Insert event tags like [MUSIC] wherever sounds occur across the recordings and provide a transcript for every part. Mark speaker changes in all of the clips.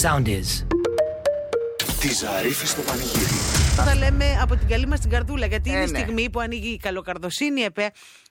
Speaker 1: Sound is.
Speaker 2: Τη Ζαρίφη στο πανηγύρι.
Speaker 3: Αυτό θα λέμε από την καλή μας την καρδούλα. Γιατί
Speaker 4: Ε,
Speaker 3: είναι η
Speaker 4: ναι.
Speaker 3: στιγμή που ανοίγει η καλοκαρδοσύνη ΕΠΕ,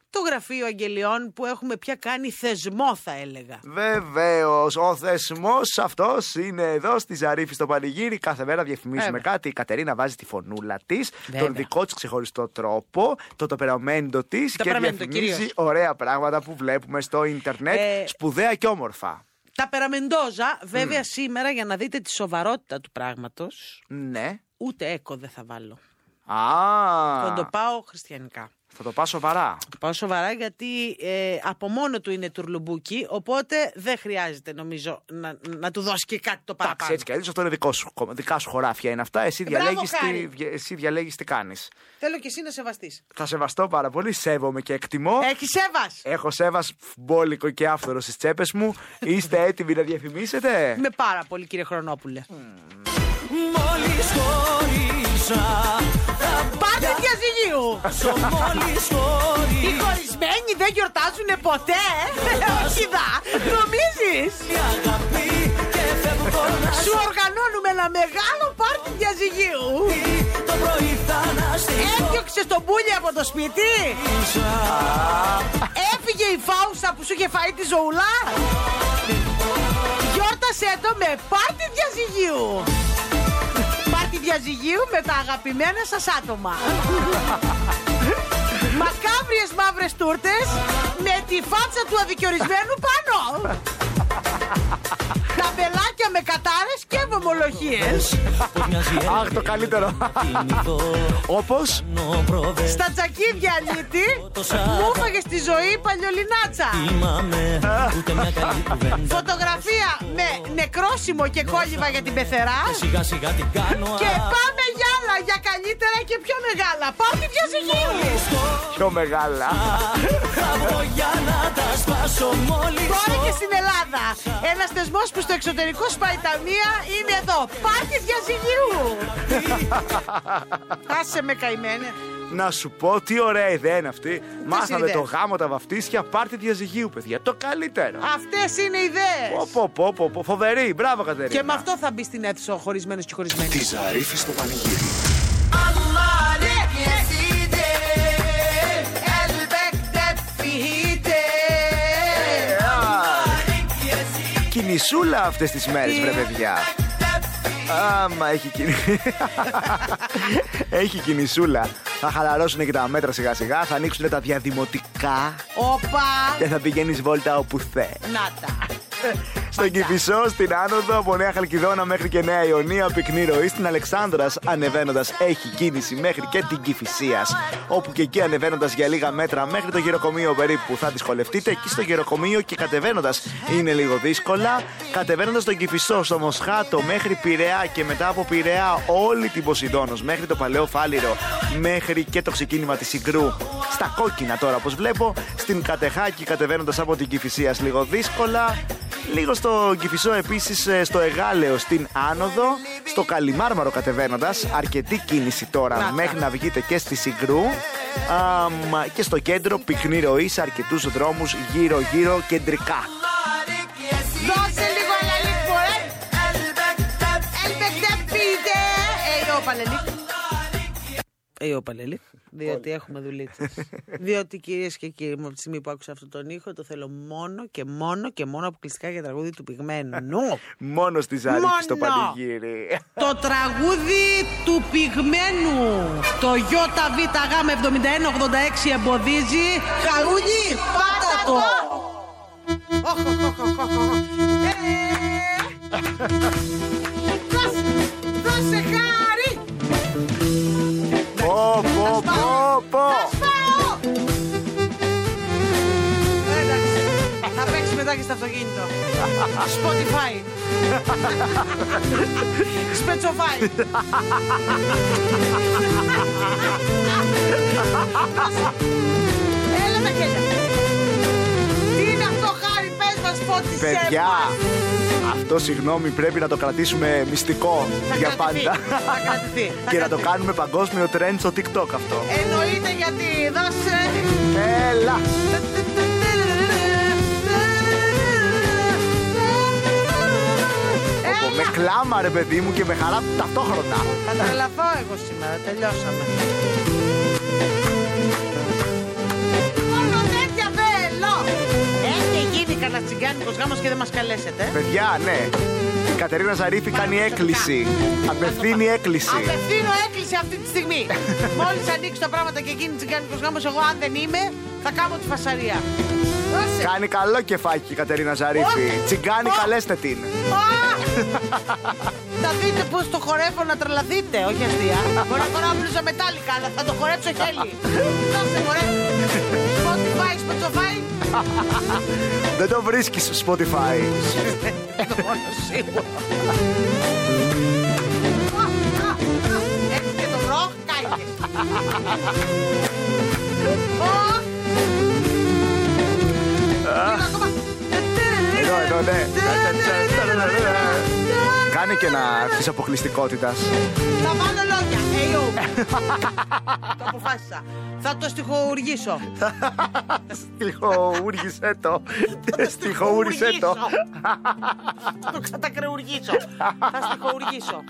Speaker 3: το γραφείο αγγελιών που έχουμε πια κάνει θεσμό, θα έλεγα.
Speaker 4: Βεβαίως, ο θεσμός αυτός είναι εδώ στη Ζαρίφη στο Πανηγύρι. Κάθε μέρα διαφημίζουμε
Speaker 3: Βέβαια.
Speaker 4: κάτι. Η Κατερίνα βάζει τη φωνούλα της,
Speaker 3: Βέβαια.
Speaker 4: τον δικό της ξεχωριστό τρόπο, το ταπεραμέντο της
Speaker 3: Το
Speaker 4: και
Speaker 3: ταπεραμέντο,
Speaker 4: διαφημίζει
Speaker 3: κυρίως.
Speaker 4: ωραία πράγματα που βλέπουμε στο ίντερνετ.
Speaker 3: Ε,
Speaker 4: Σπουδαία και όμορφα.
Speaker 3: Τα περαμεντόζα, βέβαια σήμερα για να δείτε τη σοβαρότητα του πράγματος,
Speaker 4: Ναι.
Speaker 3: ούτε έκο δεν θα βάλω.
Speaker 4: Α,
Speaker 3: Θα το πάω χριστιανικά.
Speaker 4: θα το πάω σοβαρά.
Speaker 3: Το πάω σοβαρά γιατί ε, από μόνο του είναι τουρλουμπούκι, οπότε δεν χρειάζεται νομίζω να, να του δώσει και κάτι το
Speaker 4: Εντάξει,
Speaker 3: παραπάνω.
Speaker 4: έτσι κι αλλιώς αυτό είναι δικό σου, κόμμα, δικά σου χωράφια είναι αυτά. Εσύ
Speaker 3: Ε, Μπράβο,
Speaker 4: διαλέγει
Speaker 3: Χάρη.
Speaker 4: τι, εσύ διαλέγεις τι κάνεις.
Speaker 3: Θέλω και εσύ να σεβαστείς.
Speaker 4: Θα σεβαστώ πάρα πολύ, σέβομαι και εκτιμώ.
Speaker 3: Έχει σέβας!
Speaker 4: Έχω σέβας μπόλικο και άφθορο στις τσέπες μου. Είστε έτοιμοι να διαφημίσετε.
Speaker 3: Με πάρα πολύ, κύριε Χρονόπουλε.
Speaker 5: Μόλις χώρισα
Speaker 3: Πάντα διαζυγίου!
Speaker 5: Ζω μόλις χώρισα
Speaker 3: Οι χωρισμένοι δεν γιορτάζουν ποτέ! Όχι δα! Νομίζεις!
Speaker 5: Αγάπη και φεύγω να
Speaker 3: Σου οργανώνουμε ένα μεγάλο πάρτι διαζυγίου!
Speaker 5: πει Το πρωί θα αναστήσω
Speaker 3: Έδιωξε τον πουλί από το σπίτι! Έφυγε η φάουσα που σου είχε φάει τη ζωουλά! Γιόρτασέ το με πάρτι διαζυγίου! Πάρτι διαζυγίου με τα αγαπημένα σας άτομα! Μακάβριες μαύρες τούρτες με τη φάτσα του αδικαιορισμένου πάνω! Τα μπελάκια με κατάρες και βομολογίες!
Speaker 5: Πως μοιάζει
Speaker 4: Αχ, το καλύτερο.
Speaker 5: ευθυνηθώ
Speaker 4: Όπω.
Speaker 5: Νο προβέ
Speaker 3: Στα τσακίδια αλήτη μου έφαγες στη ζωή παλιολινάτσα!
Speaker 5: Θυμάμαι ούτε μια καλή κουβέντα
Speaker 3: Φωτογραφία με νεκρόσιμο και κόλληβα για την πεθερά.
Speaker 5: Σιγά σιγά την κάνω
Speaker 3: Και πάμε για άλλα, για καλύτερα και πιο μεγάλα. Πάρτε πια ζυγίου.
Speaker 4: Πιο μεγάλα.
Speaker 5: Μπράβο για να τα σπάσω μόλις
Speaker 3: Τώρα και στην Ελλάδα. Ένας θεσμός που στο εξωτερικό σπάει τα μία είναι εδώ. Πάρτε πια
Speaker 2: [LAUGHS]
Speaker 3: ζυγίου. Άσε με καημένε.
Speaker 4: Να σου πω τι ωραία ιδέα είναι αυτή. Μάθαμε
Speaker 3: ιδέες?
Speaker 4: το γάμο, τα βαφτίσια, πάρτι διαζυγίου, παιδιά. Το καλύτερο.
Speaker 3: Αυτές είναι οι ιδέες.
Speaker 4: Πω, πω, πω, πω, πω, Φοβερή, μπράβο Κατερίνα.
Speaker 3: Και με αυτό θα μπει στην αίθουσα ο χωρισμένο και χωρισμένη.
Speaker 2: Τη Ζαρίφη στο πανηγύρι.
Speaker 4: Κινησούλα αυτές τις μέρες, βρε παιδιά. Άμα έχει κινη... [LAUGHS] έχει κινησούλα. Θα χαλαρώσουν και τα μέτρα σιγά σιγά, θα ανοίξουν τα διαδημοτικά
Speaker 2: Ε.
Speaker 3: Όπα.
Speaker 4: και θα πηγαίνεις βόλτα όπου θες.
Speaker 3: Να τα.
Speaker 4: Στον Κυφισό, στην Άνοδο, από Νέα Χαλκιδόνα μέχρι και Νέα Ιωνία, πυκνή ροή. Στην Αλεξάνδρας, ανεβαίνοντας, έχει κίνηση μέχρι και την Κυφυσία. Όπου και εκεί ανεβαίνοντας για λίγα μέτρα μέχρι το γεροκομείο περίπου θα δυσκολευτείτε. Εκεί στο γεροκομείο και κατεβαίνοντας είναι λίγο δύσκολα. Κατεβαίνοντας τον Κυφισό, στο Μοσχάτο μέχρι Πειραιά και μετά από Πειραιά όλη την Ποσειδόνος μέχρι το Παλαιό Φάληρο μέχρι και το ξεκίνημα της Συγκρού στα κόκκινα τώρα όπως βλέπω στην Κατεχάκη κατεβαίνοντας από την Κηφισίας λίγο δύσκολα λίγο στο Κηφισό επίσης ε, στο Εγάλεο στην Άνοδο στο Καλιμάρμαρο κατεβαίνοντας αρκετή κίνηση τώρα μέχρι να βγείτε και στη Συγκρού Α, μ, και στο κέντρο πυκνή ροή σε αρκετούς δρόμους γύρω γύρω κεντρικά
Speaker 3: Δώσε λίγο αλαλίκ μου, ε! Ελπεκτέπ πείτε! Εϊό παλελίκ. Εϊό παλελίκ. Ε, Διότι έχουμε δουλίτσες. Διότι κυρίες και κύριοι μου, από τη στιγμή που άκουσα αυτόν τον ήχο, το θέλω μόνο και μόνο και μόνο αποκλειστικά για τραγούδι του πυγμένου.
Speaker 4: μόνο στη Ζαρίφη στο
Speaker 3: Μόνο.
Speaker 4: πανηγύρι
Speaker 3: Το τραγούδι του πυγμένου. Το ΙΒΓ7186 εμποδίζει. Χαρούνι, πάτα το! Οχ, οχ, οχ, οχ, οχ, οχ. Ε, δώσε, Δώσε χάρη!
Speaker 4: Πω πω πω πω
Speaker 3: Θα σπάω! Εντάξει, θα παίξει μετά και στο αυτοκίνητο. Spotify. Σπετσοφάι. Έλα τα χέρια. Τι είναι αυτό, Χάρη, πες μας, φώτισε
Speaker 4: Παιδιά,
Speaker 3: μας.
Speaker 4: αυτό συγγνώμη πρέπει να το κρατήσουμε μυστικό
Speaker 3: Θα
Speaker 4: για
Speaker 3: κρατηθεί,
Speaker 4: πάντα.
Speaker 3: Θα κρατηθεί. θα
Speaker 4: και να το
Speaker 3: κρατηθεί.
Speaker 4: κάνουμε παγκόσμιο τρέντ στο TikTok αυτό.
Speaker 3: Εννοείται γιατί, δώσε.
Speaker 4: Έλα!
Speaker 3: Έλα,
Speaker 4: Όπου με κλάμα ρε παιδί μου και με χαρά ταυτόχρονα.
Speaker 3: Λοιπόν, Θα τρελαθώ εγώ σήμερα, τελειώσαμε. Μόνο τέτοια θέλω! Έχει γίνει κανένα τσιγκάνικο γάμος και δεν μας καλέσετε. ε.
Speaker 4: Παιδιά, ναι. Η Κατερίνα Ζαρίφη κάνει
Speaker 3: Παρακαλώ,
Speaker 4: έκκληση.
Speaker 3: παιδιά.
Speaker 4: Απευθύνει έκκληση.
Speaker 3: Απευθύνω έκκληση αυτή τη [LAUGHS] στιγμή. Μόλις ανοίξει τα πράγματα και γίνει τσιγκάνικος γάμος, εγώ αν δεν είμαι, θα κάνω τη φασαρία. Δώσε.
Speaker 4: Κάνει καλό κεφάκι η Κατερίνα Ζαρίφη.
Speaker 3: Ω.
Speaker 4: Τσιγκάνη,
Speaker 3: Ω.
Speaker 4: καλέστε την.
Speaker 3: Α! Θα δείτε πώς το χορεύω να τρελαθείτε, όχι αστεία. Μπορεί να φοράω μπλούζα μετάλλικα, αλλά θα το χορέψω χέλι. Δώσε μωρέ. Spotify, Spotify.
Speaker 4: Δεν το βρίσκεις στο Spotify.
Speaker 3: Είναι το μόνο σίγουρο. Έτσι και το βρω, κάηκες. Ω! Λίγο
Speaker 4: Εδώ,
Speaker 3: ακόμα.
Speaker 4: εδώ, ναι. Κάνει και ένα τη αποκλειστικότητα.
Speaker 3: Θα βάλω λόγια. Εϊού. το αποφάσισα. Θα το στοιχοουργήσω.
Speaker 4: Στιχοούργησέ το. Στιχοούργησέ Ε, το.
Speaker 3: Θα το κατακρεουργήσω. Θα στοιχοουργήσω.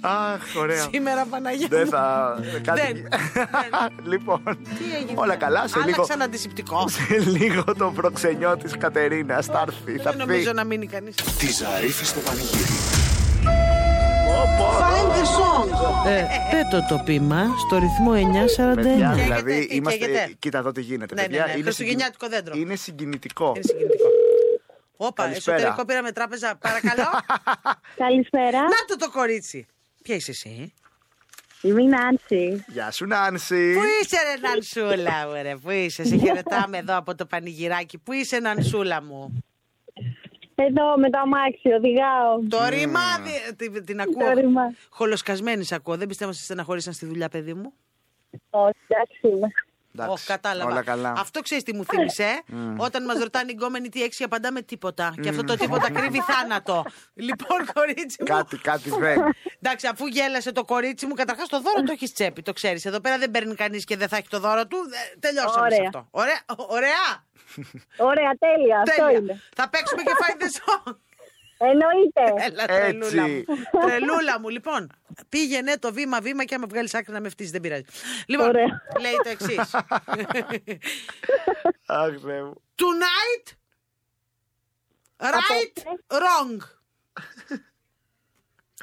Speaker 4: Αχ, ωραία.
Speaker 3: Σήμερα Παναγία.
Speaker 4: Ε. Δεν
Speaker 3: μου.
Speaker 4: θα. Κάτι...
Speaker 3: Δεν.
Speaker 4: [LAUGHS] λοιπόν.
Speaker 3: Τι έγινε.
Speaker 4: Όλα καλά, σε λίγο.
Speaker 3: Άλλαξα ένα αντισηπτικό.
Speaker 4: Σε λίγο το προξενιό της Κατερίνα. Θα έρθει, θα
Speaker 3: Δεν
Speaker 4: πει.
Speaker 3: Ε, νομίζω να μείνει κανείς.
Speaker 2: Τη Ζαρίφη στο πανηγύρι.
Speaker 3: Ε, Πέτω το πείμα στο ρυθμό
Speaker 4: Παιδιά,
Speaker 3: 941.
Speaker 4: δηλαδή
Speaker 3: Καίγεται,
Speaker 4: είμαστε.
Speaker 3: καίγεται.
Speaker 4: Κοίτα εδώ τι γίνεται.
Speaker 3: Ναι, ναι,
Speaker 4: παιδιά.
Speaker 3: ναι,
Speaker 4: Είναι
Speaker 3: χριστουγεννιάτικο
Speaker 4: συγκι-
Speaker 3: δέντρο.
Speaker 4: Είναι συγκινητικό.
Speaker 3: Είναι συγκινητικό. Όπα,
Speaker 4: Καλησπέρα.
Speaker 3: εσωτερικό πήραμε τράπεζα. [LAUGHS] Παρακαλώ.
Speaker 1: Καλησπέρα.
Speaker 3: Να το το κορίτσι. Ποια είσαι εσύ.
Speaker 1: Είμαι η Νάνση.
Speaker 4: [LAUGHS] Γεια σου, Νάνση.
Speaker 3: Πού είσαι ρε Νανσούλα, ωραία, πού είσαι. Σε χαιρετάμε εδώ από το πανηγυράκι. Πού είσαι Νανσούλα μου.
Speaker 1: Εδώ με το αμάξι οδηγάω.
Speaker 4: Ναι.
Speaker 3: Το ρημάδι, την, την ακούω.
Speaker 1: Το ρημάδι.
Speaker 3: Χολοσκασμένη σ' ακούω. Δεν πιστεύω να σε στεναχωρήσαν στη δουλειά, παιδί μου.
Speaker 1: Όχι, εντάξει είμαι.
Speaker 4: Εντάξει,
Speaker 3: Ω, κατάλαβα.
Speaker 4: Όλα καλά. Mm.
Speaker 3: Αυτό ξέρεις τι μου θύμισε. ε? Όταν μας ρωτάνε οι γκόμενοι τι έξι, απαντάμε τίποτα. Και αυτό το τίποτα κρύβει θάνατο. Λοιπόν, κορίτσι μου.
Speaker 4: Κάτι, κάτι
Speaker 3: [LAUGHS]
Speaker 4: δεν.
Speaker 3: Εντάξει, αφού γέλασε το κορίτσι μου, καταρχάς το δώρο το έχεις τσέπη, το ξέρεις. Εδώ πέρα δεν παίρνει κανείς και δεν θα έχει το δώρο του. Ε, Τελειώσαμε
Speaker 1: Ωραία.
Speaker 3: σε αυτό. Ωραία. ωραία.
Speaker 1: Ωραία, τέλεια. Αυτό
Speaker 3: Τέλεια.
Speaker 1: είναι.
Speaker 3: Θα παίξουμε και find the song.
Speaker 1: Εννοείται.
Speaker 3: Έλα,
Speaker 4: Έτσι.
Speaker 3: τρελούλα μου. τρελούλα μου, λοιπόν. Πήγαινε το βήμα-βήμα και άμα βγάλεις άκρη να με φτύσεις, δεν πειράζει. Λοιπόν,
Speaker 1: Ωραία.
Speaker 3: λέει το εξής.
Speaker 4: Αχ, Θεέ μου.
Speaker 3: Tonight, right, wrong.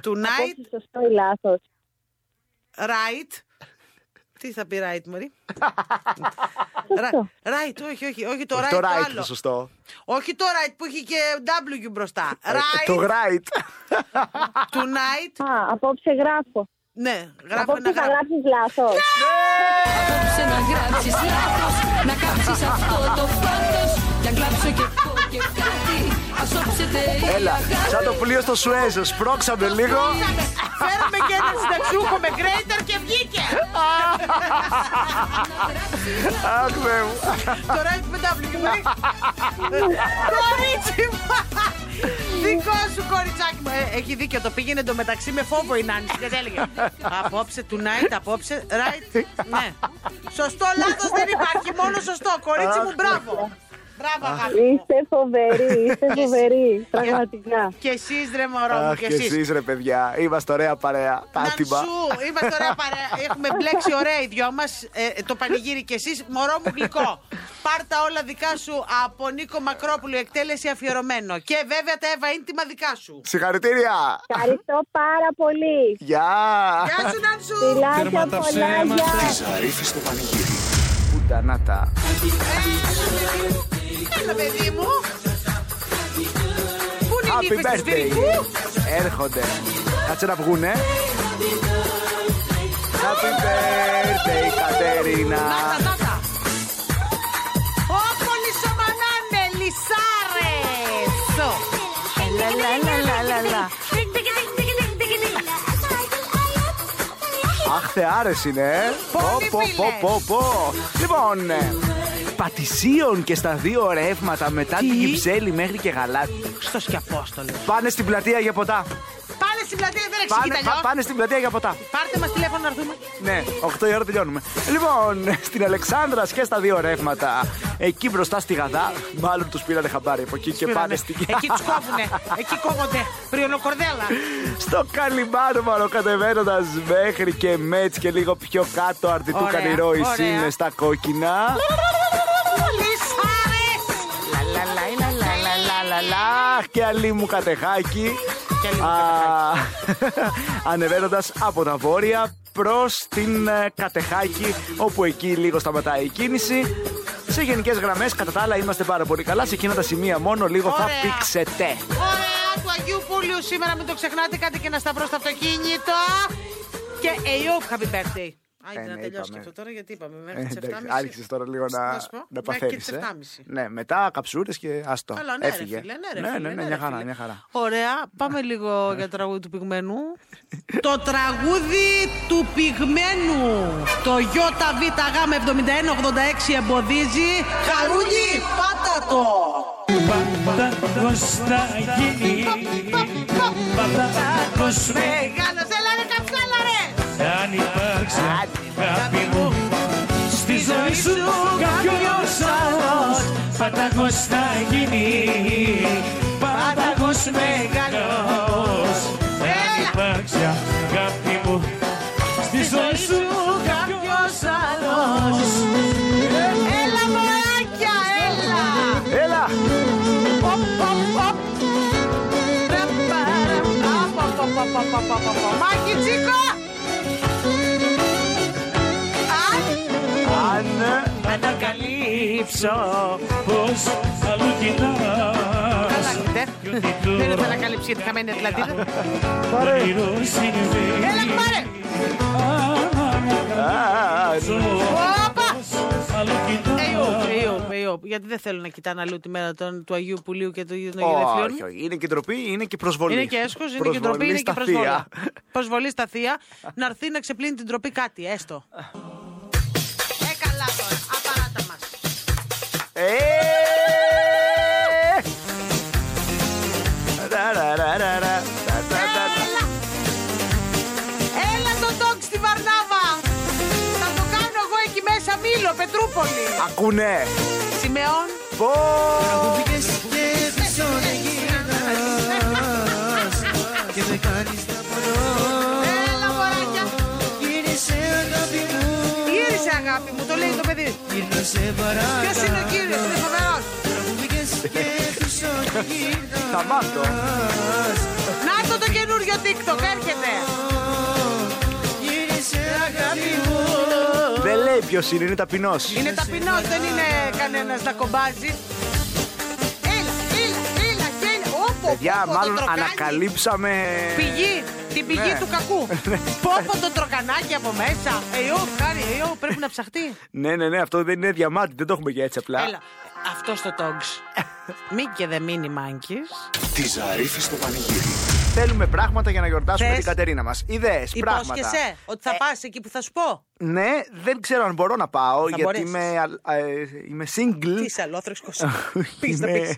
Speaker 3: Tonight,
Speaker 1: Όχι, σωστό ή λάθος.
Speaker 3: right. Τι θα πει right, Μωρή. Ra- right, όχι, όχι, όχι το right,
Speaker 4: Το
Speaker 3: το
Speaker 4: right, το
Speaker 3: άλλο.
Speaker 4: σωστό.
Speaker 3: Όχι το right που έχει και W μπροστά.
Speaker 4: Ε, Το
Speaker 3: Right,
Speaker 4: right.
Speaker 3: tonight.
Speaker 1: Α, απόψε γράφω.
Speaker 3: Ναι, γράφω ένα
Speaker 1: Απόψε θα
Speaker 3: γράμμα.
Speaker 1: γράψεις λάθος.
Speaker 6: Απόψε να γράψεις λάθος Να κάψεις αυτό το φάντος Για κλάψω και πω και κάτι Ασόψετε η
Speaker 4: Έλα, σαν
Speaker 6: αγάπη
Speaker 4: το πλοίο στο Σουέζο. Σπρώξαμε λίγο.
Speaker 3: Φέραμε και ένα συνταξιούχο με greater και βγήκε.
Speaker 4: Αχ, Θεέ μου.
Speaker 3: Το right με W. Μωρή. Κορίτσι μου. Δικό σου κοριτσάκι μου. Ε, Έχει δίκιο, το πήγαινε εντωμεταξύ με φόβο η Νάνη. Δεν έλεγε. Απόψε, tonight, απόψε, right. Ναι. Σωστό, λάθος δεν υπάρχει. Μόνο σωστό. Κορίτσι μου, μπράβο. Μπράβο, αγάπη μου.
Speaker 1: Είστε φοβεροί, είστε φοβεροί.
Speaker 3: [LAUGHS]
Speaker 1: Πραγματικά.
Speaker 3: Και εσείς ρε μωρό μου,
Speaker 4: Αχ,
Speaker 3: και
Speaker 4: και
Speaker 3: εσείς.
Speaker 4: εσείς ρε παιδιά. Είμαστε ωραία παρέα. Άτιμα.
Speaker 3: Νανσού, είμαστε ωραία παρέα. Έχουμε μπλέξει ωραία οι δυο μας. το πανηγύρι κι εσείς, μωρό μου γλυκό. Πάρτα όλα δικά σου από Νίκο Μακρόπουλου, εκτέλεση αφιερωμένο. Και βέβαια τα Εύα ίντιμα δικά σου.
Speaker 4: [LAUGHS] Συγχαρητήρια.
Speaker 1: Ευχαριστώ πάρα πολύ.
Speaker 4: Γεια.
Speaker 3: Γεια σου, Νανσού!
Speaker 1: Φιλάκια πολλά, γεια.
Speaker 2: Τη Ζαρίφη στο πανηγύρι.
Speaker 4: Πούτα να τα.
Speaker 3: Έλα, παιδί μου. Πού είναι οι
Speaker 4: Happy
Speaker 3: νύφες του
Speaker 4: birthday.
Speaker 3: σφυρικού?
Speaker 4: Έρχονται. Κάτσε να βγουνε. Happy birthday, Κατερίνα.
Speaker 3: Τάτα, τάτα. Ω, πολύ σωμανάνε, λυσάρες. Λα, λα, λα, λα, λα, λα.
Speaker 4: Αχ, θεάρες είναι. ε.
Speaker 3: Πολύ φίλες.
Speaker 4: πω. Λοιπόν, ε, πατησίων και στα δύο ρεύματα μετά
Speaker 3: Τι?
Speaker 4: την Κυψέλη μέχρι και Γαλάτη.
Speaker 3: Χριστός και Απόστολος.
Speaker 4: Πάνε στην πλατεία για ποτά.
Speaker 3: Πάνε στην πλατεία, δεν
Speaker 4: Πάνε,
Speaker 3: εξηγείται
Speaker 4: θα
Speaker 3: αλλιώ.
Speaker 4: πάνε στην πλατεία για ποτά.
Speaker 3: Πάρτε μας τηλέφωνο να έρθουμε.
Speaker 4: Ναι, 8 η ώρα τελειώνουμε. Λοιπόν, στην Αλεξάνδρας και στα δύο ρεύματα. Εκεί μπροστά στη Γαδά, μάλλον τους πήρανε χαμπάρι από εκεί και πάνε στην
Speaker 3: Εκεί τους κόβουνε. Εκεί κόβονται. Πριονοκορδέλα.
Speaker 4: Στο Καλιμάρμαρο κατεβαίνοντα μέχρι και Μέτς και λίγο πιο κάτω Αρτιτού
Speaker 3: Ωραία,
Speaker 4: Κανηρόης
Speaker 3: ωραία.
Speaker 4: είναι στα κόκκινα.
Speaker 3: Λυσάρε.
Speaker 4: Λα, λα, λα, λα, λα, λα, λα, λα, λα. Και αλλή μου κατεχάκι.
Speaker 3: Και αλλή μου
Speaker 4: [LAUGHS] Ανεβαίνοντας από τα βόρεια προς την ε, κατεχάκι, όπου εκεί λίγο σταματάει η κίνηση. Σε γενικές γραμμές, κατά τα άλλα, είμαστε πάρα πολύ καλά. Σε εκείνα τα σημεία μόνο λίγο θα
Speaker 3: Ωραία.
Speaker 4: πήξετε.
Speaker 3: Ωραία του Αγίου Πούλιου σήμερα, μην το ξεχνάτε. Κάντε και ένα σταυρό στο αυτοκίνητο. Και AOP, happy birthday. Άιντε
Speaker 4: Ε,
Speaker 3: να
Speaker 4: ναι,
Speaker 3: τελειώσει
Speaker 4: είπαμε.
Speaker 3: και αυτό τώρα, γιατί είπαμε
Speaker 4: Ε,
Speaker 3: μέχρι τις 7.30.
Speaker 4: εντάξει, Άρχισε τώρα λίγο να,
Speaker 3: σου πω,
Speaker 4: να
Speaker 3: μέχρι
Speaker 4: παθαίνεις.
Speaker 3: τις 7.30.
Speaker 4: Ναι, μετά καψούρες και άστο.
Speaker 3: Καλά, ναι,
Speaker 4: Έφυγε.
Speaker 3: Ρε, φίλε, ναι, ρε,
Speaker 4: ναι,
Speaker 3: φίλε,
Speaker 4: ναι,
Speaker 3: ναι,
Speaker 4: μια
Speaker 3: ρε,
Speaker 4: χαρά,
Speaker 3: φίλε.
Speaker 4: μια χαρά.
Speaker 3: Ωραία, πάμε λίγο για το τραγούδι του πυγμένου. το τραγούδι του πυγμένου. Το ΙΒΓ7186 εμποδίζει. Χαρούνι, πάτα το!
Speaker 5: Πατάκος θα γίνει Πατάκος με
Speaker 3: Μεγάλος, Ε, έλα ρε καψάλα ρε!
Speaker 5: Αν υπάρξει αγάπη μου Στη ζωή σου κάποιος άλλος Πατάκος θα γίνει Πατάκος μεγάλος Αν υπάρξει αγάπη μου Στη ζωή σου κάποιος άλλος
Speaker 3: Έλα μωράκια, έλα!
Speaker 4: Έλα!
Speaker 3: Οπ, οπ, οπ. Ρε, παρα, απ, απ, απ, απ, απ, απ, απ, απ. Μάκη Τσίκο! Α,
Speaker 4: Αν.
Speaker 5: Ανακαλύψω πως αλλού κοιτάς Κι
Speaker 3: Καταλάβετε.
Speaker 5: ότι
Speaker 3: Δεν
Speaker 5: τώρα
Speaker 3: ήθελα να καλύψει για τη χαμένη Ατλαντίδα.
Speaker 5: όνειρο συμβαίνει
Speaker 3: Έλα, πάρε!
Speaker 4: αν-
Speaker 3: Όπα!
Speaker 5: Αλλού
Speaker 3: Αιόπ,
Speaker 5: κοιτάς
Speaker 3: αιόπ, αιόπ. Γιατί δεν θέλω να κοιτάνε αλλού τη μέρα των- του Αγίου Πουλίου και του Αγίου των
Speaker 4: Όχι,
Speaker 3: Γελεφιών.
Speaker 4: όχι. Είναι και ντροπή, είναι και προσβολή.
Speaker 3: Είναι και έσχος, είναι και
Speaker 4: Προσβολή
Speaker 3: ντροπή, είναι και
Speaker 4: στα
Speaker 3: προσβολή.
Speaker 4: θεία.
Speaker 3: Προσβολή στα θεία. Να έρθει να ξεπλύνει την ντροπή κάτι, έστω. Ε, καλά τώρα. Απαράτα μα.
Speaker 4: Ε! Ρα, ρα, ρα, ρα, ρα, τα, τα, τα, τα.
Speaker 3: Έλα! Έλα το ντόγκ στη Βαρνάβα! Θα το κάνω εγώ εκεί μέσα, Μήλο, Πετρούπολη.
Speaker 4: Ακούνε!
Speaker 3: Σημεών.
Speaker 4: Πω!
Speaker 3: Έλα, μωράκια. Γύρισε, αγάπη μου, το λέει το παιδί. Ποιος είναι ο κύριος, είναι φοβερός.
Speaker 4: Θα μάθω.
Speaker 3: Να το το καινούριο TikTok, έρχεται.
Speaker 4: Δεν λέει ποιος είναι, είναι ταπεινός.
Speaker 3: Είναι ταπεινός, δεν είναι κανένας να κομπάζει. Έλα, έλα, έλα, έλα. Όπο,
Speaker 4: Παιδιά,
Speaker 3: όπο, το
Speaker 4: μάλλον
Speaker 3: τροκάνι.
Speaker 4: ανακαλύψαμε.
Speaker 3: Πηγή, την πηγή
Speaker 4: [LAUGHS] Ναι.
Speaker 3: του κακού. Πόπο το τροκανάκι από μέσα. Εϊό, χάρη, εϊό, πρέπει να ψαχτεί.
Speaker 4: Ναι, ναι, ναι, αυτό δεν είναι διαμάτι, δεν το έχουμε για έτσι απλά.
Speaker 3: Έλα, Ε, αυτό το τόγκς. Μην και δε μείνει μάγκης.
Speaker 2: Τη Ζαρίφη στο πανηγύρι.
Speaker 4: Θέλουμε πράγματα για να γιορτάσουμε
Speaker 3: Θες?
Speaker 4: την Κατερίνα μας. Ιδέες, πράγματα. Ε.
Speaker 3: Υπόσχεσαι ότι θα πας εκεί που θα σου πω.
Speaker 4: Ναι, δεν ξέρω αν μπορώ να πάω,
Speaker 3: Θα
Speaker 4: γιατί
Speaker 3: μπορέσεις.
Speaker 4: είμαι, α, ε, είμαι single.
Speaker 3: Τι είσαι αλόθρεξκος.
Speaker 4: Ε,
Speaker 3: Πήγες να
Speaker 4: είμαι...
Speaker 3: πεις.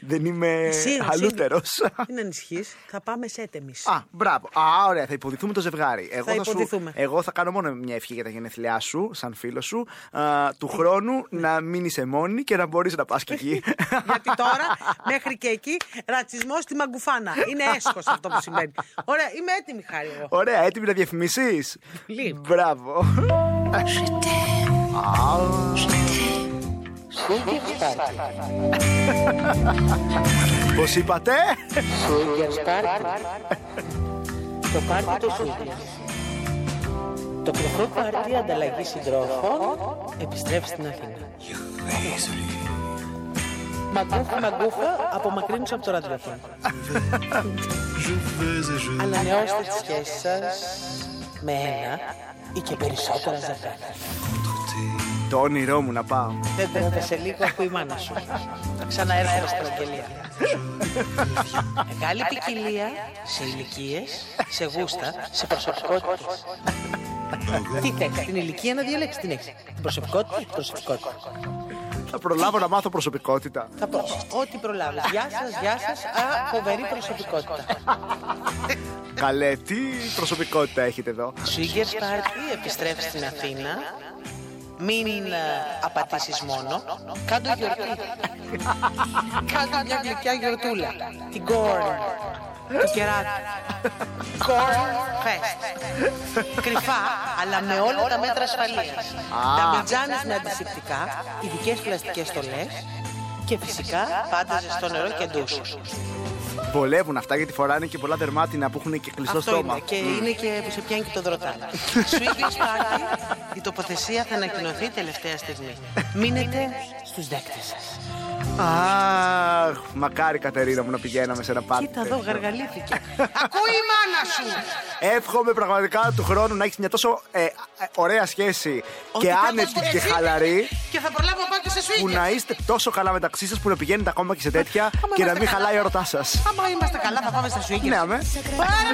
Speaker 4: Δεν είμαι
Speaker 3: Single,
Speaker 4: αλούτερο.
Speaker 3: single. Μην ανησυχείς, θα πάμε σε έτεμις.
Speaker 4: Α, μπράβο. Α, ωραία, θα υποδηθούμε το ζευγάρι. Εγώ
Speaker 3: Θα
Speaker 4: σου-
Speaker 3: υποδηθούμε.
Speaker 4: εγώ θα κάνω μόνο μια ευχή για τα γενέθλιά σου, σαν φίλος σου, α, του χρόνου
Speaker 3: Ναι.
Speaker 4: να μην είσαι μόνη και να μπορείς να πας και
Speaker 3: [LAUGHS]
Speaker 4: εκεί.
Speaker 3: Γιατί τώρα, μέχρι και εκεί, ρατσισμός στη μαγκουφάνα. Είναι έσχος αυτό που συμβαίνει. Ωραία, είμαι έτοιμη, χάρη εγώ.
Speaker 4: Ωραία, έτοιμη να διαφημίσεις.
Speaker 3: Πολύ.
Speaker 4: Μπράβο. Πώς είπατε,
Speaker 3: Το πάρτι του Σούγκερ. Το πρωινό πάρτι ανταλλαγής συντρόφων επιστρέφει στην Αθήνα. Μαγκούφα, μαγκούφα, απομακρύνουσα από το ραδιόφωνο. Ανανεώστε τις σχέσεις σας με ένα ή και περισσότερα ζευγάρια.
Speaker 4: Το όνειρό μου να πάω.
Speaker 3: Δεν τρέπε σε λίγο που η μάνα σου. Ξαναέρχομαι στην αγγελία. Μεγάλη ποικιλία σε ηλικίες, σε γούστα, σε προσωπικότητες. Κοίτα, την ηλικία να διαλέξεις την έχεις. Την προσωπικότητα, την προσωπικότητα.
Speaker 4: Θα προλάβω να μάθω προσωπικότητα.
Speaker 3: Θα πω ό,τι προλάβω. Γεια σας, γεια σας. Α, φοβερή προσωπικότητα.
Speaker 4: Καλέ, τι προσωπικότητα έχετε εδώ.
Speaker 3: Σίγκερ Πάρτι, επιστρέφει στην Αθήνα. Μην απατήσεις μόνο. Κάντο γιορτή. Κάντο μια γλυκιά γιορτούλα. Την κόρη. Το κεράτι. Corn Fest. Κρυφά, αλλά με όλα τα μέτρα ασφαλείας. Τα μιτζάνε είναι αντισηπτικά, ειδικές πλαστικές στολές και φυσικά πάντα ζεστό νερό και ντους.
Speaker 4: Βολεύουν αυτά γιατί φοράνε και πολλά δερμάτινα που έχουν και κλειστό
Speaker 3: Αυτό
Speaker 4: στόμα. Mm.
Speaker 3: είναι. Και είναι και που σε πιάνει και το
Speaker 4: [LAUGHS]
Speaker 3: δροτάνι. Swingers Party, η τοποθεσία θα ανακοινωθεί τελευταία στιγμή. Μείνετε στους δέκτες σας.
Speaker 4: Αχ, μακάρι Κατερίνα μου να πηγαίναμε σε ένα πάρτι.
Speaker 3: Κοίτα εδώ,
Speaker 4: τέτοιο.
Speaker 3: γαργαλήθηκε. Ακούει η μάνα σου!
Speaker 4: [LAUGHS] Εύχομαι πραγματικά του χρόνου να έχεις μια τόσο ε, ε, ωραία σχέση
Speaker 3: Ότι
Speaker 4: και
Speaker 3: θα
Speaker 4: άνετη
Speaker 3: μπορείς
Speaker 4: και
Speaker 3: εσύ
Speaker 4: χαλαρή
Speaker 3: Και θα προλάβω να πάω και σε
Speaker 4: που
Speaker 3: swingers.
Speaker 4: να είστε τόσο καλά μεταξύ σας που να πηγαίνετε ακόμα και σε τέτοια και να
Speaker 3: είμαστε
Speaker 4: μην
Speaker 3: καλά.
Speaker 4: χαλάει η ερωτάς σας.
Speaker 3: Άμα είμαστε καλά θα πάμε στα swingers.
Speaker 4: Ναι, αμέ.
Speaker 3: Πάρε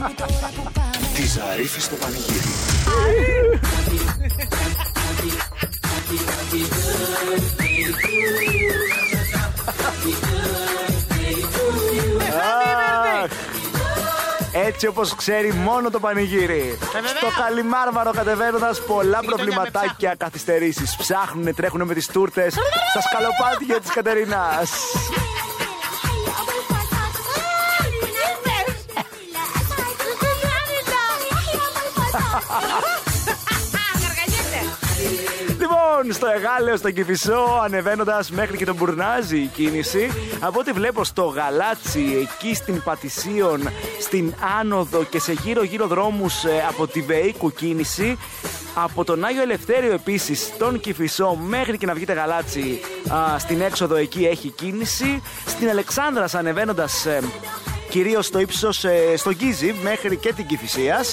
Speaker 3: μάνα!
Speaker 2: Τη Ζαρίφη στο πανηγύρι.
Speaker 4: Αχ. Έτσι όπως ξέρει μόνο το πανηγύρι.
Speaker 3: βέβαια.
Speaker 4: Στο καλιμάρμαρο κατεβαίνοντας πολλά προβληματάκια καθυστερήσεις. Ψάχνουνε, τρέχουνε με τις τούρτες στα σκαλοπάτια της Κατερινάς. Λοιπόν, στο Εγάλεο, στον Κηφισό, ανεβαίνοντας μέχρι και τον Μπουρνάζι η κίνηση. Από ό,τι βλέπω στο Γαλάτσι, εκεί στην Πατησίων, στην Άνοδο και σε γύρω-γύρω δρόμους από τη Βεϊκού κίνηση. Από τον Άγιο Ελευθέριο επίσης, τον Κηφισό, μέχρι και να βγείτε Γαλάτσι, α, στην έξοδο εκεί έχει κίνηση. Στην ε, Αλεξάνδρας, ανεβαίνοντας κυρίως στο ύψος ε, στον Κίζη μέχρι και την Κυφυσίας.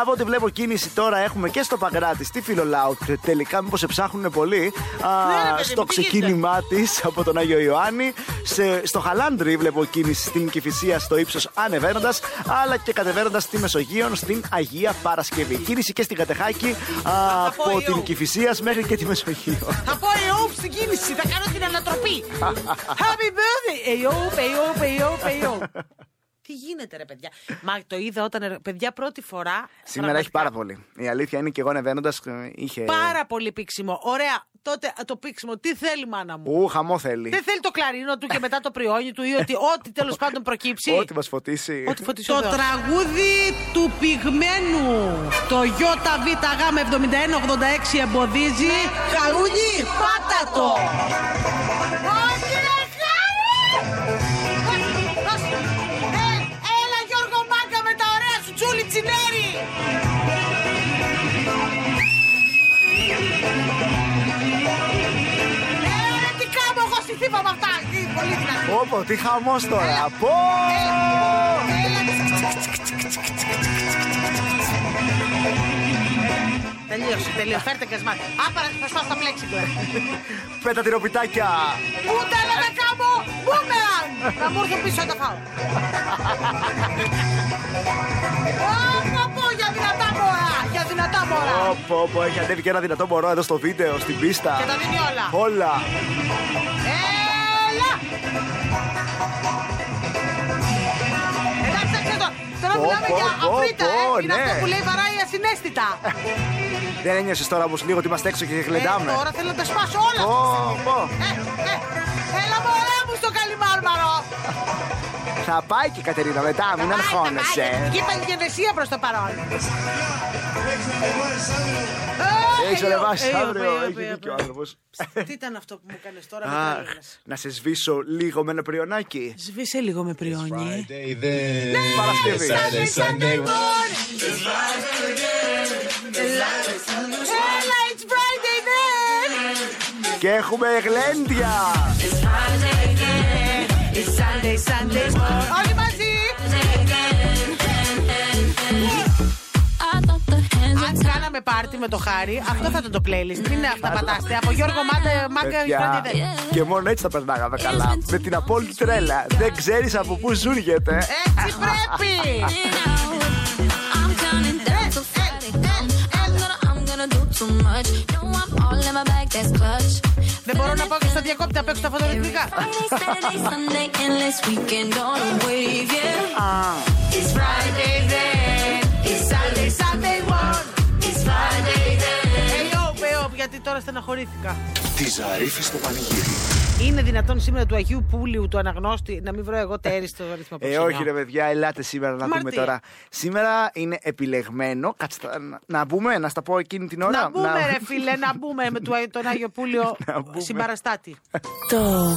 Speaker 4: Από ό,τι βλέπω κίνηση τώρα έχουμε και στο Παγκράτη, στη Φιλολάου. Τε- Τελικά, μήπως σε ψάχνουν πολύ. Α,
Speaker 3: Ναι, ρε παιδί μου,
Speaker 4: στο
Speaker 3: τι γίνεται.
Speaker 4: ξεκίνημά της από τον Άγιο Ιωάννη. Σε, στο Χαλάντρι βλέπω κίνηση στην Κυφυσία στο ύψος ανεβαίνοντας, αλλά και κατεβαίνοντας στη Μεσογείων στην Αγία Παρασκευή. Κίνηση και στην Κατεχάκη α,
Speaker 3: πω
Speaker 4: από
Speaker 3: ιού.
Speaker 4: την Κυφυσίας μέχρι και τη Μεσογείο.
Speaker 3: Θα πω αιώπ στην κίνηση, θα κάνω την ανατροπή.
Speaker 4: [LAUGHS]
Speaker 3: Happy birthday! Αιώπ, αιώπ, αιώπ, αιώπ. Τι γίνεται ρε παιδιά. Μα το είδα όταν ρε, παιδιά πρώτη φορά.
Speaker 4: Σήμερα έχει
Speaker 3: πραγματικά,
Speaker 4: πάρα πολύ. Η αλήθεια είναι και εγώ ανεβαίνοντας είχε.
Speaker 3: Πάρα πολύ πήξιμο. Ωραία, τότε α, το πήξιμο. Τι θέλει μάνα μου.
Speaker 4: Ου, χαμό θέλει.
Speaker 3: Δεν θέλει το κλαρίνο του και μετά το πριόνι του ή ότι
Speaker 4: [LAUGHS]
Speaker 3: ό,τι τέλος πάντων προκύψει.
Speaker 4: Ό,τι μας φωτίσει.
Speaker 3: Ό,τι φωτίσει ο Θεός. Το τραγούδι του πυγμένου. Το ΙΒΓ7186 εμποδίζει. Χαρούνι, πάτα το!
Speaker 7: Όχι, ρε Χάρη! Ε, Έλα, Γιώργο Μάγκα, με τα ωραία σου τσούλη τσινέρι! Ε, ρε, τι κάνω εγώ στη θύμα με αυτά! Τι πολύ δυνατή!
Speaker 4: Όπο, τι χαμό τώρα. Πω!
Speaker 7: Έλα,
Speaker 3: Τελείωσε, τελείωσε. Φέρτε και σμάτι. Άπαρα, θα σπάσω τα πλέξη τώρα.
Speaker 4: Πέτα τυροπιτάκια.
Speaker 7: ούτε έλα να κάνω μπούμεραν!
Speaker 3: Θα μου έρθουν πίσω να τα φάω.
Speaker 7: Ω, πω, πω, για δυνατά μωρά! Για δυνατά μωρά!
Speaker 4: Όπο, όπο, έχει ανέβει και ένα δυνατό μωρό εδώ στο βίντεο, στην πίστα.
Speaker 3: Και τα δίνει όλα.
Speaker 4: Όλα.
Speaker 7: Έλα!
Speaker 3: Εντάξει, εντάξει, το. Τώρα
Speaker 4: Πω,
Speaker 3: μιλάμε
Speaker 4: πω,
Speaker 3: για
Speaker 4: πω,
Speaker 3: αφρίτα, ε.
Speaker 4: πω,
Speaker 3: Είναι
Speaker 4: ναι.
Speaker 3: αυτό που λέει βαράει ασυνέστητα.
Speaker 4: Δεν ένιωσες τώρα όμω λίγο ότι είμαστε έξω και
Speaker 3: Ε,
Speaker 4: γλεντάμε.
Speaker 3: Τώρα θέλω να τα σπάσω όλα.
Speaker 4: Πω, πω.
Speaker 3: Ε, ε, Έλα μωρέ μου στο καλυμάρμαρο.
Speaker 4: Θα πάει και η Κατερίνα μετά, μην αγχώνεσαι.
Speaker 3: Εκεί πάει η γενεσία προς το παρόν.
Speaker 4: Ε, Έχει ανεβάσει
Speaker 3: Ε,
Speaker 4: αύριο,
Speaker 3: ε, ε,
Speaker 4: έχει
Speaker 3: ε,
Speaker 4: δίκιο
Speaker 3: ε,
Speaker 4: ο
Speaker 3: ε.
Speaker 4: άνθρωπο.
Speaker 3: Τι ήταν αυτό που μου κάνεις τώρα με τα
Speaker 4: Αχ,
Speaker 3: ρίγανες.
Speaker 4: να σε σβήσω λίγο με ένα πριονάκι.
Speaker 3: Σβήσε λίγο με πριόνι. Ναι,
Speaker 4: Παρασκευή.
Speaker 7: Έλα, it's Friday then!
Speaker 3: ναι.
Speaker 4: Και έχουμε γλέντια.
Speaker 7: Όλοι μαζί!
Speaker 3: Αν κάναμε πάρτι με το χάρι, αυτό θα ήταν το playlist. Μην είναι αυτά πατάστε. Από Γιώργο ε, Μάντα, Μάγκα,
Speaker 4: Παιδιά,
Speaker 3: Ιφραντίδε.
Speaker 4: και μόνο έτσι θα περνάγαμε καλά. Με την απόλυτη τρέλα. Δεν ξέρεις από πού
Speaker 3: Ε,
Speaker 4: ζούργεται.
Speaker 3: Έτσι πρέπει!
Speaker 7: Ε, ε, ε, ε, ε,
Speaker 8: too much. No, I'm all in my bag, that's clutch.
Speaker 3: Δεν μπορώ να πάω και στο διακόπτη να παίξω τα φωτορυθμικά.
Speaker 8: Friday, Saturday, Sunday, endless weekend on a wave, yeah. It's Friday then. It's Saturday, Sunday one. It's Friday then.
Speaker 3: Εϊό, πεϊό, γιατί τώρα στεναχωρήθηκα.
Speaker 9: Τη Ζαρίφη στο πανηγύρι.
Speaker 3: Είναι δυνατόν σήμερα του Αγίου Πούλιου, του αναγνώστη, να μην βρω εγώ τέρις στο αριθμό
Speaker 4: Ε, όχι ρε παιδιά, ελάτε σήμερα να δούμε
Speaker 3: Αμαρτία.
Speaker 4: τώρα. Σήμερα είναι επιλεγμένο. Κάτσε, τα- να- να μπούμε, να στα πω εκείνη την ώρα.
Speaker 3: Να μπούμε, ρε φίλε, να μπούμε με του- τον Άγιο
Speaker 4: [LAUGHS]
Speaker 3: Πούλιο συμπαραστάτη.
Speaker 10: Το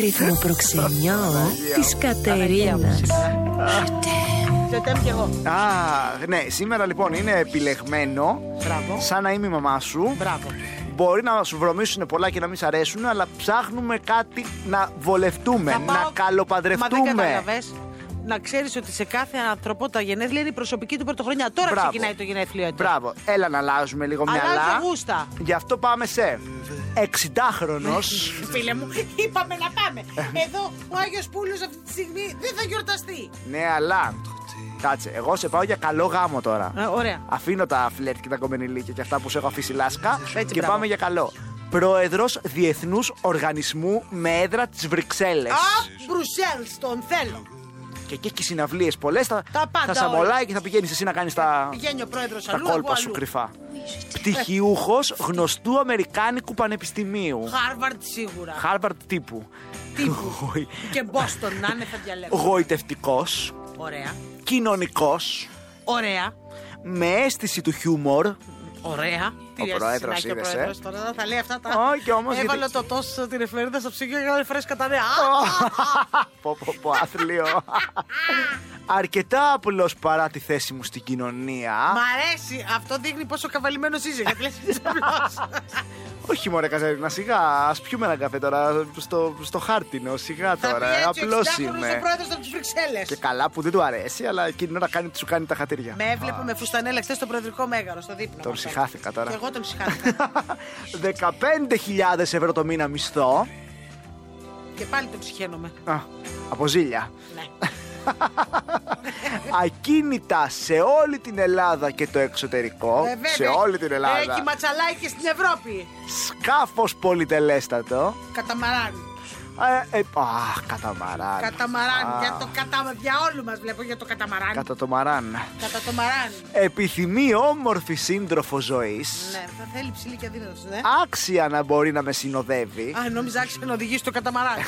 Speaker 10: ρυθμό προξενιό της Κατερίνας.
Speaker 3: Ζετέμ κι εγώ.
Speaker 4: Α, ναι, σήμερα λοιπόν είναι επιλεγμένο.
Speaker 3: Μπράβο.
Speaker 4: Σαν να είμαι η μαμά σου.
Speaker 3: Μπράβο.
Speaker 4: Μπορεί να σου βρωμίσουν πολλά και να μην σ' αρέσουν, αλλά ψάχνουμε κάτι να βολευτούμε,
Speaker 3: Θα πάω-
Speaker 4: να καλοπαντρευτούμε.
Speaker 3: Μα δεν καταλαβες. Να ξέρεις ότι σε κάθε ανθρωπό τα γενέθλια είναι η προσωπική του πρωτοχρονιά. Τώρα
Speaker 4: Μπράβο.
Speaker 3: ξεκινάει το γενέθλιό του.
Speaker 4: Μπράβο, έλα να αλλάζουμε λίγο
Speaker 3: Αλλάζω
Speaker 4: μυαλά.
Speaker 3: γούστα.
Speaker 4: Γι' αυτό πάμε σε 60χρονος
Speaker 3: Φίλε μου, [LAUGHS] είπαμε να
Speaker 4: [LAUGHS]
Speaker 3: πάμε. Εδώ ο Άγιος Πούλιος αυτή τη στιγμή δεν θα γιορταστεί.
Speaker 4: Ναι, αλλά. Κάτσε, εγώ σε πάω για καλό γάμο τώρα.
Speaker 3: Ε, ωραία.
Speaker 4: Αφήνω τα φλερτ και τα κομμενιλίκια και αυτά που σου έχω αφήσει λάσκα.
Speaker 3: Έτσι,
Speaker 4: και
Speaker 3: μπράβο.
Speaker 4: πάμε για καλό. Πρόεδρος Διεθνούς Οργανισμού με έδρα τι Βρυξέλλες.
Speaker 3: Α, Μπρουσέλ, τον θέλω.
Speaker 4: Και εκεί έχει συναυλίες πολλές. Θα,
Speaker 3: Τα πάντα
Speaker 4: θα σαμολάει και θα πηγαίνεις εσύ να κάνεις τα,
Speaker 3: Πηγαίνει ο πρόεδρος
Speaker 4: τα
Speaker 3: αλλού.
Speaker 4: κόλπα σου κρυφά. Πτυχιούχος γνωστού Αμερικάνικου Πανεπιστημίου.
Speaker 3: Χάρβαρτ σίγουρα.
Speaker 4: Χάρβαρτ τύπου. [LAUGHS]
Speaker 3: Τύπου. Και Μπόστον να είναι θα διαλέγω.
Speaker 4: Γοητευτικός.
Speaker 3: Ωραία.
Speaker 4: Κοινωνικός.
Speaker 3: Ωραία.
Speaker 4: Με αίσθηση του χιούμορ.
Speaker 3: Ωραία. Τι
Speaker 4: Ο πρόεδρος
Speaker 3: συνάχει ο
Speaker 4: είδες, ε.
Speaker 3: πρόεδρος Τώρα θα λέει αυτά τα.
Speaker 4: Όχι, όμως,
Speaker 3: Έβαλε
Speaker 4: γιατί-
Speaker 3: το τόσο την εφημερίδα στο ψυγείο για να φρέσκα τα νέα. Α,
Speaker 4: πω, πω, πω, άθλιο. Αρκετά απλό παρά τη θέση μου στην κοινωνία.
Speaker 3: Μ' αρέσει. Αυτό δείχνει πόσο καβαλημένος είσαι. Γιατί λες «Είσαι
Speaker 4: [LAUGHS]
Speaker 3: απλός».
Speaker 4: Όχι μωρέ Καζαρίνα, σιγά, ας πιούμε ένα καφέ τώρα στο, στο χάρτινο, σιγά
Speaker 3: Θα πει
Speaker 4: τώρα,
Speaker 3: έτσι ο
Speaker 4: απλός
Speaker 3: 60χρονος ο
Speaker 4: είμαι.
Speaker 3: πρόεδρος από τις Βρυξέλλες.
Speaker 4: Και καλά που δεν του αρέσει, αλλά εκείνη την ώρα κάνει, σου κάνει τα χατήρια.
Speaker 3: Με έβλεπε με φουστανέλα χθες στο προεδρικό μέγαρο, στο δείπνο.
Speaker 4: Τον
Speaker 3: μας.
Speaker 4: ψυχάθηκα τώρα.
Speaker 3: Και εγώ τον
Speaker 4: [LAUGHS]
Speaker 3: ψυχάθηκα.
Speaker 4: 15.000 ευρώ το μήνα μισθό.
Speaker 3: και πάλι τον ψυχαίνομαι.
Speaker 4: Α, από ζήλια.
Speaker 3: Ναι.
Speaker 4: Ακίνητα σε όλη την Ελλάδα και το εξωτερικό.
Speaker 3: Ε, βέβαια,
Speaker 4: σε όλη την
Speaker 3: Έχει
Speaker 4: Ελλάδα.
Speaker 3: ματσαλάκι και στην Ευρώπη.
Speaker 4: Σκάφος πολυτελέστατο.
Speaker 3: Καταμαράνι.
Speaker 4: Ε, ε, α, καταμαράν.
Speaker 3: Καταμαράνι.
Speaker 4: Α,
Speaker 3: Για, το κατα... για όλους μας βλέπω για το καταμαράνι. Κατά,
Speaker 4: Κατά το μαράν.
Speaker 3: το μαράνι.
Speaker 4: Επιθυμεί όμορφη σύντροφο ζωής.
Speaker 3: Ναι, θα θέλει ψηλή και αδύνατος, ναι.
Speaker 4: Άξια να μπορεί να με συνοδεύει
Speaker 3: Α, νόμιζα άξιο να οδηγήσει το καταμαράνι.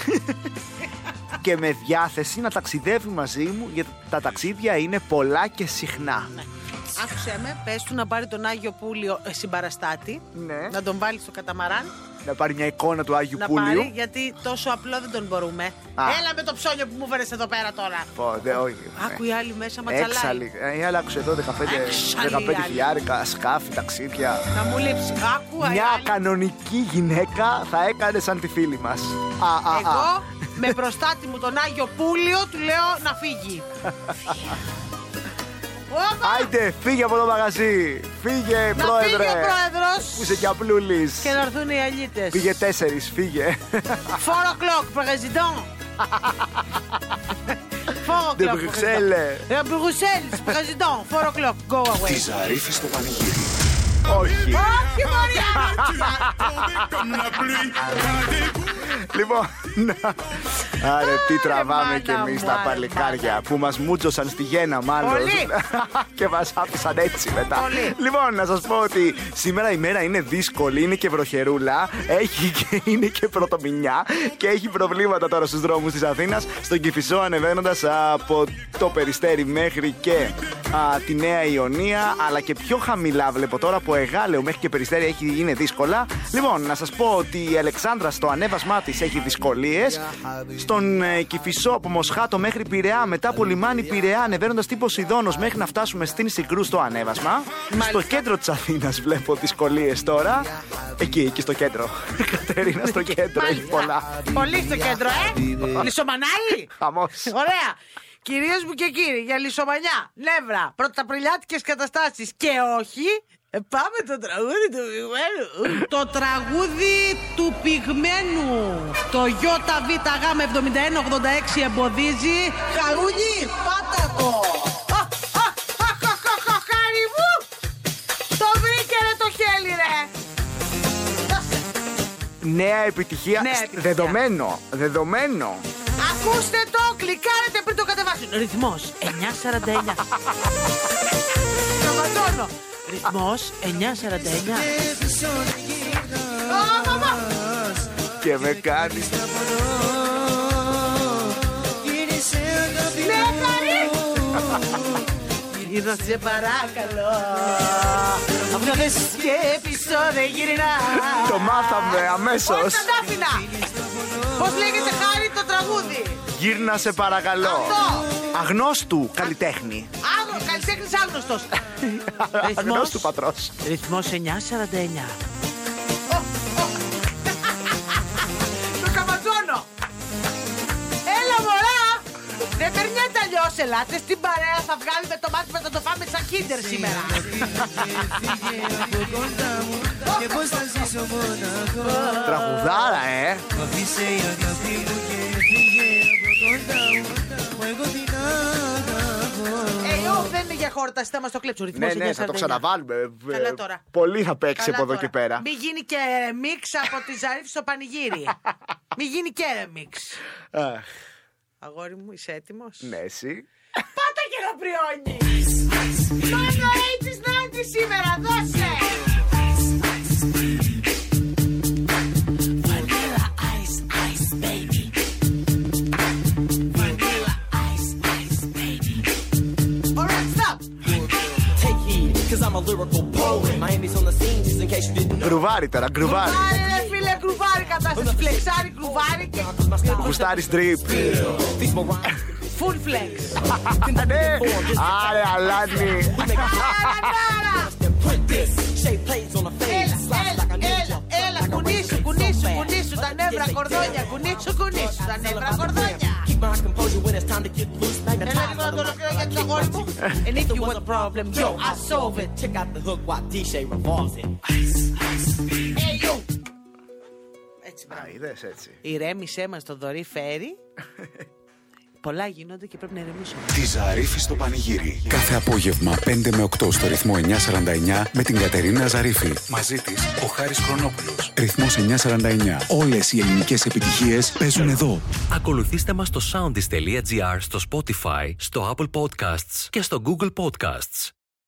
Speaker 4: και με διάθεση να ταξιδεύει μαζί μου γιατί τα ταξίδια είναι πολλά και συχνά.
Speaker 3: [LAUGHS] Ναι. Άκουσε με, πες του να πάρει τον Άγιο Πούλιο ε, συμπαραστάτη.
Speaker 4: Ναι.
Speaker 3: Να τον βάλει στο καταμαράν.
Speaker 4: Να πάρει μια εικόνα του Άγιου
Speaker 3: Να
Speaker 4: Πούλιου.
Speaker 3: πάρει, γιατί τόσο απλό δεν τον μπορούμε.
Speaker 4: Α.
Speaker 3: Έλα με το ψώνιο που μου φέρες εδώ πέρα τώρα.
Speaker 4: Πω, δε, όχι. ναι.
Speaker 3: Άκου οι άλλοι μέσα ματσαλάει.
Speaker 4: Έξαλλη. Ε, άλλα άκουσε εδώ 15
Speaker 3: Έξαλλη
Speaker 4: 15
Speaker 3: άλλη.
Speaker 4: χιλιάρικα, σκάφη, ταξίδια.
Speaker 3: Να μου λείψεις. Άκου οι
Speaker 4: Μια
Speaker 3: άλλοι.
Speaker 4: κανονική γυναίκα θα έκανε σαν τη φίλη μας. Α, α, α.
Speaker 3: Εγώ με προστάτη μου τον Άγιο Πούλιο του λέω να
Speaker 4: [LAUGHS]
Speaker 3: φύγει. Όπα!
Speaker 4: Άιντε, φύγε από το μαγαζί. Φύγε,
Speaker 3: Να
Speaker 4: πρόεδρε.
Speaker 3: φύγει ο
Speaker 4: Που
Speaker 3: πρόεδρος
Speaker 4: είσαι και απλούλης.
Speaker 3: και να έρθουν οι αλίτες.
Speaker 4: Πήγε τέσσερις, φύγε.
Speaker 3: Four o'clock, président. Four
Speaker 4: De
Speaker 3: o'clock,
Speaker 4: Bruxelles.
Speaker 3: président. De Bruxelles, président. Four o'clock, go away. Oh,
Speaker 9: Τη Ζαρίφη στο πανηγύρι.
Speaker 4: Όχι.
Speaker 3: Όχι, Μαρία.
Speaker 4: Λοιπόν, να- Άρε, τι τραβάμε
Speaker 3: μάνα
Speaker 4: κι εμείς
Speaker 3: μου,
Speaker 4: τα
Speaker 3: άρε,
Speaker 4: παλικάρια που μας μούτσωσαν στη γέννα, μάλλον.
Speaker 3: Πολύ.
Speaker 4: [LAUGHS] και μας άφησαν έτσι μετά.
Speaker 3: Πολύ.
Speaker 4: Λοιπόν, να σας πω ότι σήμερα η μέρα είναι δύσκολη, είναι και βροχερούλα, έχει και, είναι και πρωτομηνιά και έχει προβλήματα τώρα στους δρόμους της Αθήνας. Στον Κυφισό ανεβαίνοντας από το Περιστέρι μέχρι και α, τη Νέα Ιωνία, αλλά και πιο χαμηλά βλέπω τώρα από Εγάλεο μέχρι και Περιστέρι έχει, είναι δύσκολα. Λοιπόν, να σας πω ότι η Αλεξάνδρα στο ανέβασμά της έχει δυσκολίες. Στον ε, Κυφισό από Μοσχάτο μέχρι Πειραιά, μετά από λιμάνι Πειραιά, ανεβαίνοντας τύπος Ιδόνος μέχρι να φτάσουμε στην Συγκρού στο ανέβασμα. Στο κέντρο της Αθήνας βλέπω δυσκολίες τώρα. Εκεί, εκεί στο κέντρο. [LAUGHS] Κατερίνα, στο κέντρο έχει πολλά.
Speaker 3: Πολύ στο κέντρο, ε. Λισομανάλι.
Speaker 4: Χαμός.
Speaker 3: Ωραία. Κυρίες μου και κύριοι, για λισομανιά, νεύρα, πρωταπριλιάτικες καταστάσεις και όχι, ε, πάμε το τραγούδι του πυγμένου. το τραγούδι του πυγμένου. Το ΙΒΓ7186 εμποδίζει. Χαρούνι, πάτα το. Α, α, α, χα, χα, χα, χάρη μου. Το βρήκε ρε το χέλι ρε.
Speaker 4: Νέα επιτυχία.
Speaker 3: Νέα
Speaker 4: σ-
Speaker 3: επιτυχία.
Speaker 4: Δεδομένο. Δεδομένο.
Speaker 3: Ακούστε το, κλικάρετε πριν το κατεβάσουν. Ρυθμός 949. Σταματώνω. Ρυθμός 949.
Speaker 4: Και με κάνει.
Speaker 3: Ναι, Γύρω σε παρακαλώ Αφού δεν σκέπη δεν γυρνά
Speaker 4: Το μάθαμε αμέσως.
Speaker 3: Πώς θα τα άφηνα Πώς λέγεται χάρη το τραγούδι
Speaker 4: Γύρνα σε παρακαλώ.
Speaker 3: Αυτό.
Speaker 4: Αγνώστου καλλιτέχνη.
Speaker 3: Άγνω, καλλιτέχνης άγνωστος
Speaker 4: Αγνώστου πατρός.
Speaker 3: Ρυθμός 949 Το καματζώνω Έλα μωρά δεν περνιέται αλλιώς, ελάτε στην παρέα, θα βγάλουμε το μάτι θα το φάμε σαν κίντερ σήμερα.
Speaker 4: Τραγουδάρα, ε.
Speaker 3: Ε, ο, δεν είναι για χόρταση, θα μας το κλέψουν.
Speaker 4: Ναι,
Speaker 3: Ρυθμός
Speaker 4: ναι, θα το
Speaker 3: 949.
Speaker 4: ξαναβάλουμε. Ε,
Speaker 3: Καλά τώρα.
Speaker 4: Πολύ θα παίξει
Speaker 3: Καλά
Speaker 4: από εδώ
Speaker 3: τώρα.
Speaker 4: και πέρα.
Speaker 3: Μη γίνει και ρεμίξ από τη Ζαρίφ στο πανηγύρι.
Speaker 4: [LAUGHS]
Speaker 3: Μη γίνει και ρεμίξ.
Speaker 4: Αχ,
Speaker 3: Αγόρι μου, είσαι έτοιμος.
Speaker 4: Ε, Ναι, εσύ.
Speaker 3: Πάτα και να πριώνει. Μόνο έτσι να έρθει σήμερα, δώσε. Alright, stop.
Speaker 11: Take heed, cause I'm a lyrical poet. Miami's on the scene, just in case you didn't know.
Speaker 4: Γκρουβάρι τώρα, γκρουβάρι.
Speaker 3: Άρε ρε φίλε κρουβάρι κατάσταση Φλεξάρι κρουβάρι και
Speaker 4: Γουστάρι τρίπ.
Speaker 11: These morons
Speaker 3: full flex
Speaker 4: Ναι.
Speaker 11: Or just
Speaker 4: Άρε, αλάνι.
Speaker 11: we make a
Speaker 3: Παρανάρα
Speaker 11: and print this. Shape plays on the fade.
Speaker 3: Έλα, έλα, έλα, έλα, κουνήσου, κουνήσου, κουνήσου τα νεύρα κορδόνια, κουνήσου, κουνήσου τα νεύρα κορδόνια.
Speaker 11: Keep my composure when it's time to get loose.
Speaker 3: Έλα λίγο να το ολοκληρώ για το αγόρι μου. And if you want problem, yo, I solve it.
Speaker 11: Check out the hook while DJ revolves it.
Speaker 3: Hey, yo. Έτσι, μπράβο.
Speaker 4: Α, είδες έτσι.
Speaker 3: Ηρέμησέ μας το δωρή φέρει. Πολλά γίνονται και πρέπει να ηρεμήσουμε.
Speaker 12: Τη Ζαρίφη στο πανηγύρι.
Speaker 13: Κάθε απόγευμα 5 με 8 στο ρυθμό 949 με την Κατερίνα Ζαρίφη.
Speaker 12: Μαζί της ο Χάρης Χρονόπουλος.
Speaker 13: Ρυθμός 949. Όλες οι ελληνικές επιτυχίες παίζουν εδώ.
Speaker 7: Ακολουθήστε μας στο soundis.gr, στο Spotify, στο Apple Podcasts και στο Google Podcasts.